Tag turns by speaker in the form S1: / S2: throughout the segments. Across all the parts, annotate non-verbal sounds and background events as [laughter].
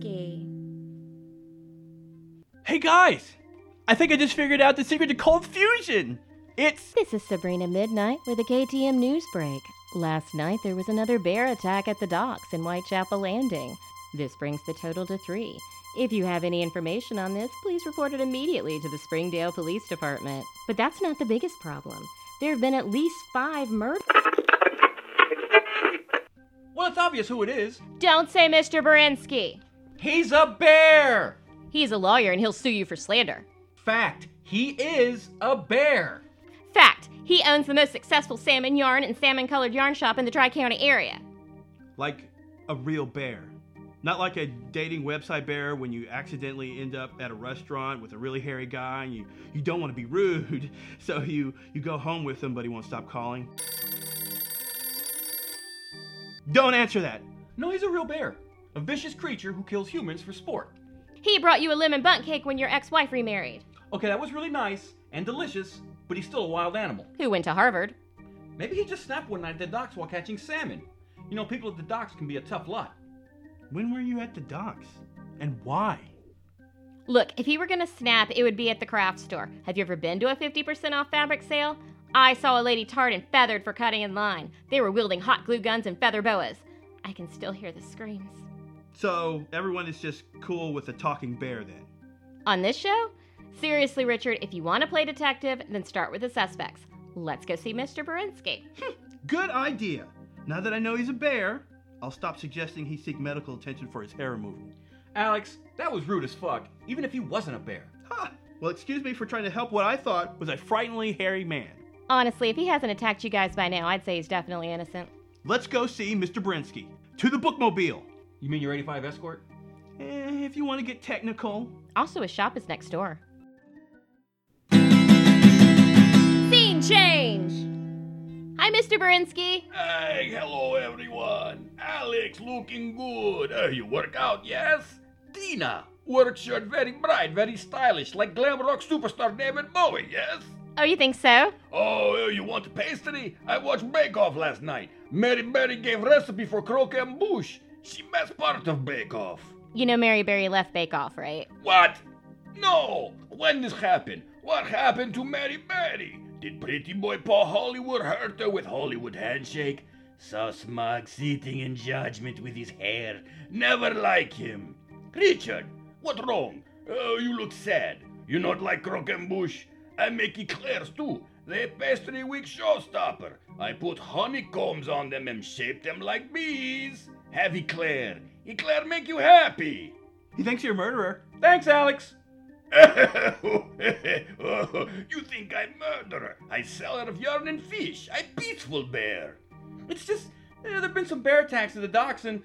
S1: be.
S2: Hey guys! I think I just figured out the secret to cold fusion! It's.
S1: This is Sabrina Midnight with a KTM news break. Last night there was another bear attack at the docks in Whitechapel Landing. This brings the total to three. If you have any information on this, please report it immediately to the Springdale Police Department. But that's not the biggest problem. There have been at least five murders.
S2: Well, it's obvious who it is.
S1: Don't say Mr. Berinsky.
S2: He's a bear!
S1: He's a lawyer and he'll sue you for slander.
S2: Fact, he is a bear!
S1: Fact, he owns the most successful salmon yarn and salmon colored yarn shop in the Tri County area.
S2: Like a real bear. Not like a dating website bear when you accidentally end up at a restaurant with a really hairy guy and you, you don't want to be rude, [laughs] so you, you go home with him but he won't stop calling. Don't answer that! No, he's a real bear. A vicious creature who kills humans for sport.
S1: He brought you a lemon bunt cake when your ex wife remarried.
S2: Okay, that was really nice and delicious, but he's still a wild animal.
S1: Who went to Harvard?
S2: Maybe he just snapped one night at the docks while catching salmon. You know, people at the docks can be a tough lot. When were you at the docks? And why?
S1: Look, if he were gonna snap, it would be at the craft store. Have you ever been to a 50% off fabric sale? I saw a lady tarred and feathered for cutting in line. They were wielding hot glue guns and feather boas. I can still hear the screams.
S2: So everyone is just cool with a talking bear then.
S1: On this show? Seriously, Richard, if you wanna play detective, then start with the suspects. Let's go see Mr. Berinsky.
S2: Good idea. Now that I know he's a bear, I'll stop suggesting he seek medical attention for his hair removal. Alex, that was rude as fuck, even if he wasn't a bear. Ha! Well, excuse me for trying to help what I thought was a frighteningly hairy man.
S1: Honestly, if he hasn't attacked you guys by now, I'd say he's definitely innocent.
S2: Let's go see Mr. Brinsky. To the bookmobile. You mean your 85 escort? Eh, if you want to get technical.
S1: Also, his shop is next door. Scene change! Hi, Mr. Berinsky.
S3: Hey, hello everyone. Alex looking good. Uh, you work out, yes? Tina, work shirt very bright, very stylish, like glam rock superstar David Bowie, yes?
S1: Oh, you think so?
S3: Oh, uh, you want pastry? I watched Bake Off last night. Mary Berry gave recipe for croquembouche. She missed part of Bake Off.
S1: You know Mary Berry left Bake Off, right?
S3: What? No! When this happened? What happened to Mary Berry? Did pretty boy Paul Hollywood hurt her with Hollywood handshake? So smug, sitting in judgment with his hair. Never like him. Richard, what wrong? Oh, you look sad. You not like croquembouche? I make eclairs too. They pastry week showstopper. I put honeycombs on them and shape them like bees. Have eclair. Eclair make you happy.
S2: He thinks you're a murderer. Thanks, Alex.
S3: [laughs] you think I murderer? I seller of yarn and fish. I peaceful bear.
S2: It's just eh, there have been some bear attacks at the docks, and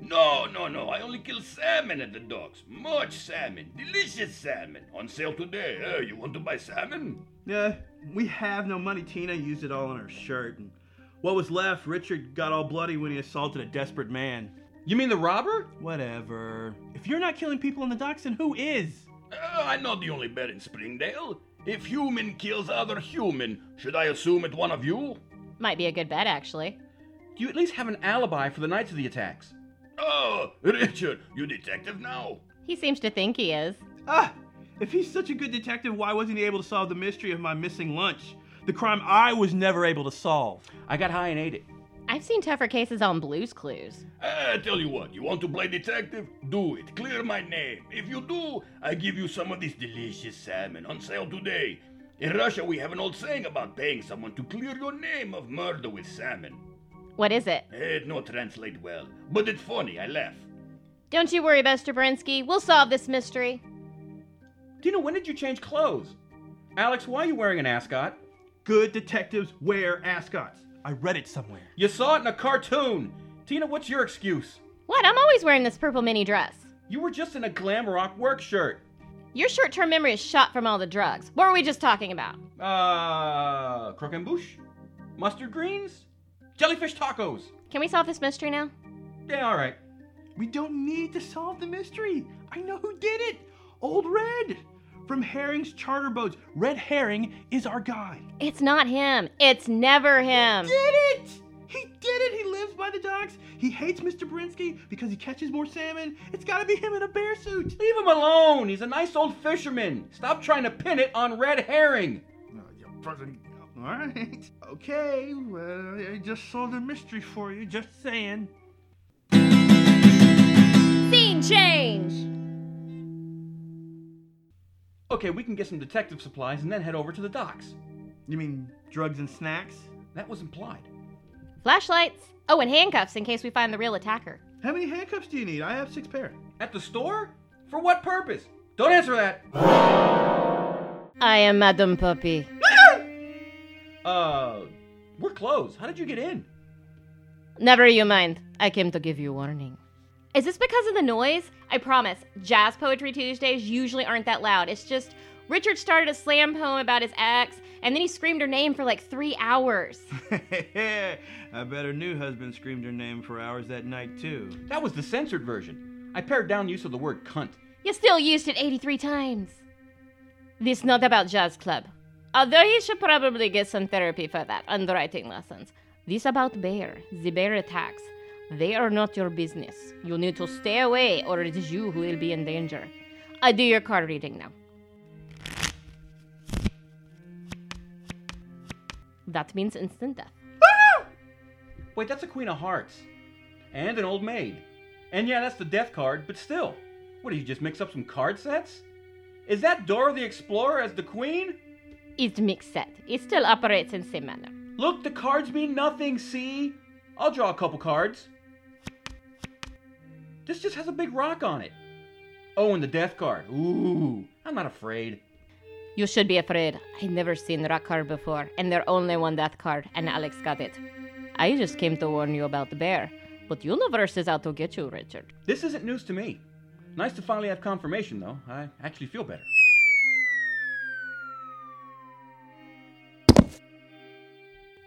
S3: No, no, no. I only kill salmon at the docks. Much salmon, delicious salmon. On sale today. Eh, you want to buy salmon?
S2: yeah, we have no money. Tina used it all on her shirt, and what was left, Richard got all bloody when he assaulted a desperate man. You mean the robber? Whatever. If you're not killing people on the docks, then who is?
S3: Uh, I'm not the only bear in Springdale. If human kills other human, should I assume it one of you?
S1: Might be a good bet, actually.
S2: Do you at least have an alibi for the nights of the attacks?
S3: Oh, Richard, you detective now?
S1: He seems to think he is.
S2: Ah, if he's such a good detective, why wasn't he able to solve the mystery of my missing lunch? The crime I was never able to solve. I got high and ate it.
S1: I've seen tougher cases on Blues Clues.
S3: I Uh, tell you what, you want to play detective? Do it. Clear my name. If you do, I give you some of this delicious salmon on sale today. In Russia, we have an old saying about paying someone to clear your name of murder with salmon.
S1: What is it?
S3: It no translate well, but it's funny. I laugh.
S1: Don't you worry, Mr. Berinsky. We'll solve this mystery.
S2: Dina, when did you change clothes? Alex, why are you wearing an ascot? Good detectives wear ascots. I read it somewhere. You saw it in a cartoon. Tina, what's your excuse?
S1: What? I'm always wearing this purple mini dress.
S2: You were just in a glam rock work shirt.
S1: Your short term memory is shot from all the drugs. What were we just talking about?
S2: Uh, croquembouche? Mustard greens? Jellyfish tacos.
S1: Can we solve this mystery now?
S2: Yeah, all right. We don't need to solve the mystery. I know who did it. Old Red from Herring's charter boats. Red Herring is our guy.
S1: It's not him. It's never him.
S2: Did it? He did it! He lives by the docks! He hates Mr. Brinsky because he catches more salmon! It's gotta be him in a bear suit!
S3: Leave him alone. He's a nice old fisherman. Stop trying to pin it on red herring.
S2: Oh, you fucking. Alright. Okay, well, I just solved a mystery for you, just saying.
S1: Scene change!
S3: Okay, we can get some detective supplies and then head over to the docks.
S2: You mean drugs and snacks?
S3: That was implied.
S1: Flashlights. Oh, and handcuffs in case we find the real attacker.
S2: How many handcuffs do you need? I have six pair.
S3: At the store? For what purpose? Don't answer that.
S1: I am Madame Puppy.
S3: Uh, we're closed. How did you get in?
S1: Never you mind. I came to give you warning. Is this because of the noise? I promise, Jazz Poetry Tuesdays usually aren't that loud. It's just Richard started a slam poem about his ex, and then he screamed her name for like three hours.
S2: [laughs] I bet her new husband screamed her name for hours that night, too.
S3: That was the censored version. I pared down use of the word cunt.
S1: You still used it 83 times. This not about jazz club. Although he should probably get some therapy for that and writing lessons. This about bear, the bear attacks. They are not your business. You need to stay away or it is you who will be in danger. I do your card reading now. That means instant death.
S3: Wait, that's a Queen of Hearts. And an Old Maid. And yeah, that's the death card, but still. What did you just mix up some card sets? Is that Dora the Explorer as the Queen?
S1: It's mixed set. It still operates in same manner.
S3: Look, the cards mean nothing, see? I'll draw a couple cards. This just has a big rock on it. Oh, and the death card. Ooh, I'm not afraid.
S1: You should be afraid. I never seen rock card before, and they're only one death card, and Alex got it. I just came to warn you about the bear, but Universe is out to get you, Richard.
S3: This isn't news to me. Nice to finally have confirmation, though. I actually feel better.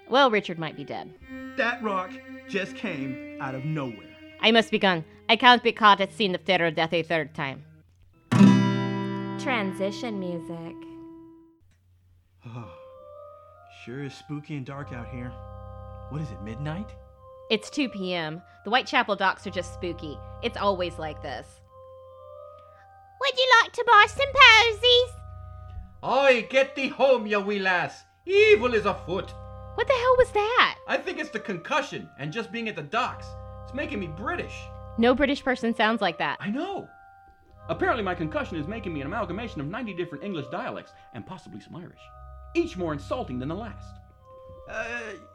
S1: Well, Richard might be dead.
S2: That rock just came out of nowhere.
S1: I must be gone. I can't be caught at scene of terror death a third time. Transition music.
S2: Oh, sure is spooky and dark out here. What is it, midnight?
S1: It's 2 p.m. The Whitechapel docks are just spooky. It's always like this. Would you like to buy some posies?
S3: Oi, get thee home, you wee lass. Evil is afoot.
S1: What the hell was that?
S3: I think it's the concussion and just being at the docks. It's making me British.
S1: No British person sounds like that.
S3: I know. Apparently, my concussion is making me an amalgamation of 90 different English dialects and possibly some Irish, each more insulting than the last.
S2: Uh,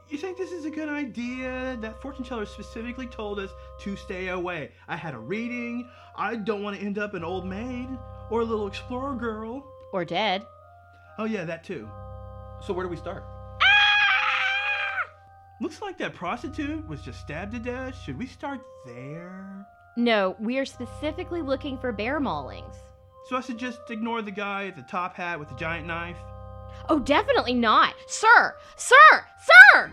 S2: you think this is a good idea? Uh, That fortune teller specifically told us to stay away. I had a reading. I don't want to end up an old maid or a little explorer girl.
S1: Or dead.
S2: Oh, yeah, that too.
S3: So, where do we start?
S2: Looks like that prostitute was just stabbed to death. Should we start there?
S1: No, we are specifically looking for bear maulings.
S2: So I should just ignore the guy at the top hat with the giant knife?
S1: Oh, definitely not. Sir! Sir! Sir!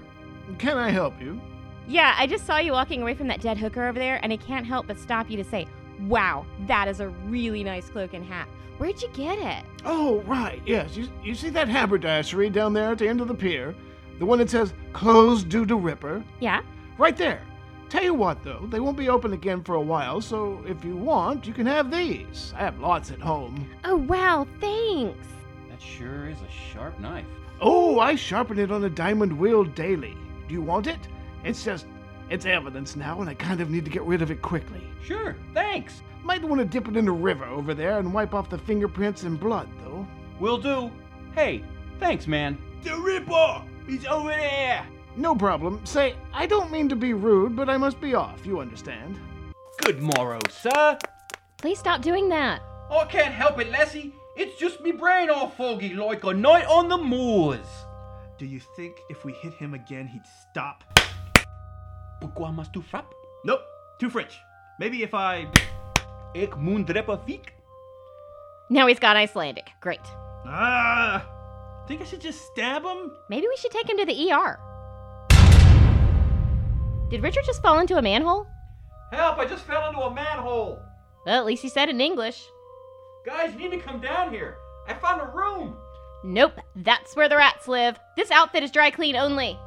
S4: Can I help you?
S1: Yeah, I just saw you walking away from that dead hooker over there, and I can't help but stop you to say, Wow, that is a really nice cloak and hat. Where'd you get it?
S4: Oh, right, yes. You, you see that haberdashery down there at the end of the pier? The one that says closed due to Ripper?
S1: Yeah?
S4: Right there. Tell you what, though, they won't be open again for a while, so if you want, you can have these. I have lots at home.
S1: Oh, wow, thanks.
S3: That sure is a sharp knife.
S4: Oh, I sharpen it on a diamond wheel daily. Do you want it? It's just, it's evidence now, and I kind of need to get rid of it quickly.
S3: Sure, thanks.
S4: Might want to dip it in the river over there and wipe off the fingerprints and blood, though.
S3: Will do. Hey, thanks, man.
S2: The Ripper! He's over there!
S4: No problem. Say, I don't mean to be rude, but I must be off, you understand.
S3: Good morrow, sir.
S1: Please stop doing that.
S3: I can't help it, lassie. It's just me brain all foggy like a night on the moors.
S2: Do you think if we hit him again, he'd stop?
S3: Pourquoi mas tu frappe?
S2: Nope, too French. Maybe if I.
S3: Ik moet dreppen fiek.
S1: Now he's got Icelandic. Great.
S2: Ah! Think I should just stab him?
S1: Maybe we should take him to the ER. Did Richard just fall into a manhole?
S3: Help, I just fell into a manhole.
S1: Well, at least he said in English.
S3: Guys, you need to come down here. I found a room.
S1: Nope, that's where the rats live. This outfit is dry clean only.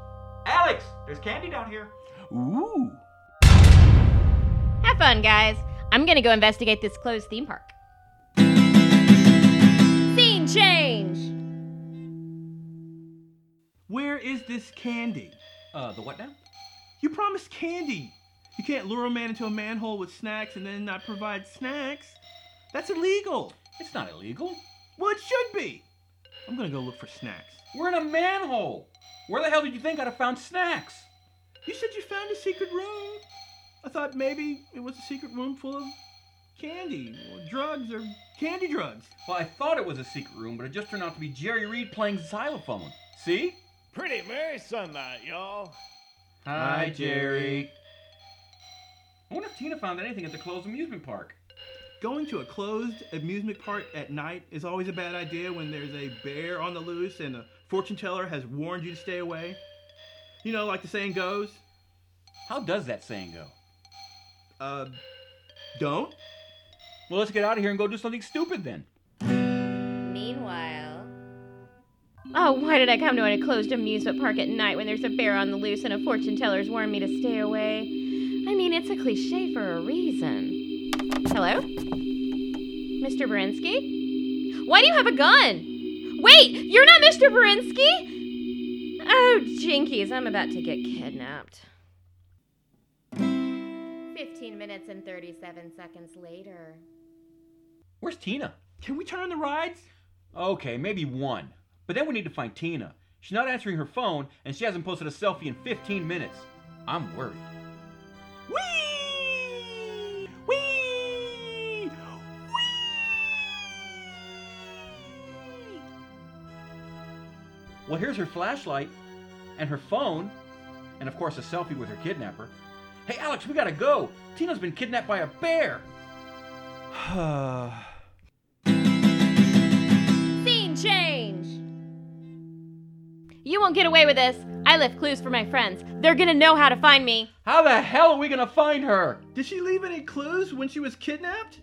S3: Alex, there's candy down here.
S5: Ooh.
S1: Have fun, guys. I'm gonna go investigate this closed theme park. Scene change!
S2: Where is this candy?
S3: Uh, the what now?
S2: You promised candy. You can't lure a man into a manhole with snacks and then not provide snacks. That's illegal.
S3: It's not illegal.
S2: Well, it should be. I'm gonna go look for snacks.
S3: We're in a manhole. Where the hell did you think I'd have found snacks?
S2: You said you found a secret room. I thought maybe it was a secret room full of candy or drugs or candy drugs.
S3: Well, I thought it was a secret room, but it just turned out to be Jerry Reed playing xylophone. See?
S4: Pretty merry sunlight, y'all.
S2: Hi, Jerry.
S3: I wonder if Tina found anything at the closed amusement park.
S2: Going to a closed amusement park at night is always a bad idea when there's a bear on the loose and a fortune teller has warned you to stay away. You know, like the saying goes,
S3: How does that saying go?
S2: uh, don't.
S3: Well, let's get out of here and go do something stupid then.
S1: Meanwhile. Oh, why did I come to a closed amusement park at night when there's a bear on the loose and a fortune teller's warned me to stay away? I mean, it's a cliche for a reason. Hello? Mr. Berensky? Why do you have a gun? Wait, you're not Mr. Berensky? Oh, jinkies, I'm about to get kidnapped. 15 minutes and 37 seconds later.
S3: Where's Tina?
S2: Can we turn on the rides?
S3: Okay, maybe one. But then we need to find Tina. She's not answering her phone, and she hasn't posted a selfie in 15 minutes. I'm worried.
S2: Whee! Whee! Whee!
S3: Well, here's her flashlight, and her phone, and of course a selfie with her kidnapper. Hey, Alex, we gotta go. Tina's been kidnapped by a bear.
S1: Scene change! You won't get away with this. I left clues for my friends. They're gonna know how to find me.
S3: How the hell are we gonna find her?
S2: [sighs] Did she leave any clues when she was kidnapped?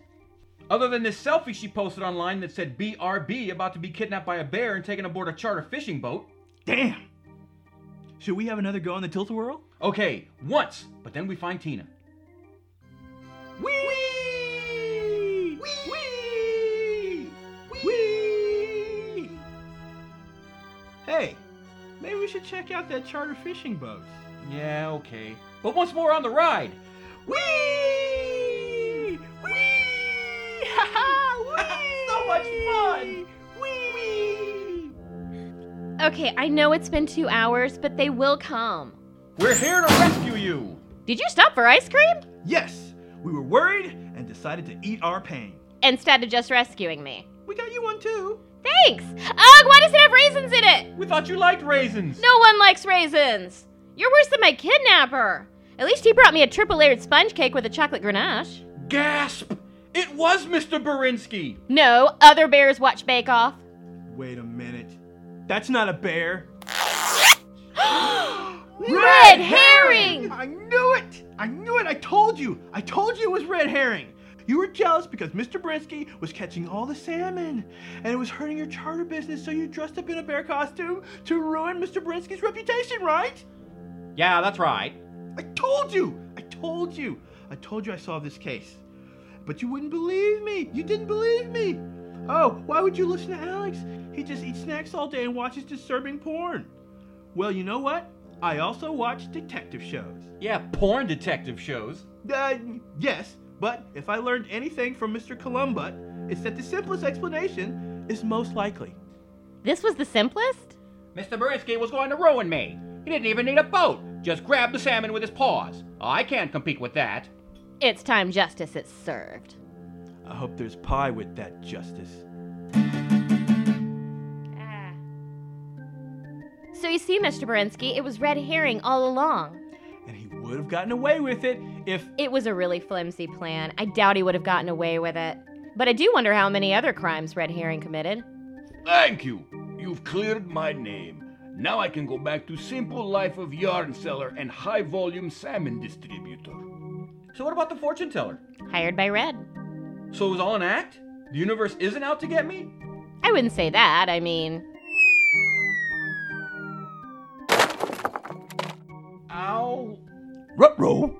S3: Other than this selfie she posted online that said BRB about to be kidnapped by a bear and taken aboard a charter fishing boat.
S2: Damn! Should we have another go on the tilt a whirl?
S3: Okay, once, but then we find Tina.
S2: Wee! Wee! Wee! Wee! Hey, maybe we should check out that charter fishing boat.
S3: Yeah, okay. But once more on the ride.
S2: Wee! Wee! [laughs] Ha
S3: [laughs]
S2: ha! So much fun! Wee!
S1: Okay, I know it's been two hours, but they will come.
S3: We're here to rescue you.
S1: Did you stop for ice cream?
S2: Yes, we were worried and decided to eat our pain.
S1: Instead of just rescuing me.
S2: We got you one too.
S1: Thanks! Ugh, why does it have raisins in it?
S3: We thought you liked raisins.
S1: No one likes raisins! You're worse than my kidnapper! At least he brought me a triple layered sponge cake with a chocolate ganache.
S3: Gasp! It was Mr. Berinsky.
S1: No, other bears watch Bake Off.
S2: Wait a minute. That's not a bear.
S1: [gasps] Red herring!
S2: I knew it! I knew it! I told you! I told you it was red herring! You were jealous because Mr. Brinsky was catching all the salmon, and it was hurting your charter business, so you dressed up in a bear costume to ruin Mr. Brinsky's reputation, right?
S3: Yeah, that's right.
S2: I told you! I told you! I told you I solved this case. But you wouldn't believe me! You didn't believe me! Oh, why would you listen to Alex? He just eats snacks all day and watches disturbing porn. Well, you know what? I also watch detective shows.
S3: Yeah, porn detective shows.
S2: Uh, yes, but if I learned anything from Mr. Columbut, it's that the simplest explanation is most likely.
S1: This was the simplest?
S3: Mr. Berinsky was going to ruin me. He didn't even need a boat. Just grabbed the salmon with his paws. I can't compete with that.
S1: It's time justice is served.
S2: I hope there's pie with that justice.
S1: So you see, Mr. Berensky, it was red herring all along.
S2: And he would have gotten away with it if.
S1: It was a really flimsy plan. I doubt he would have gotten away with it. But I do wonder how many other crimes Red Herring committed.
S5: Thank you. You've cleared my name. Now I can go back to simple life of yarn seller and high volume salmon distributor.
S3: So what about the fortune teller?
S1: Hired by Red.
S3: So it was all an act? The universe isn't out to get me?
S1: I wouldn't say that. I mean,
S2: bro.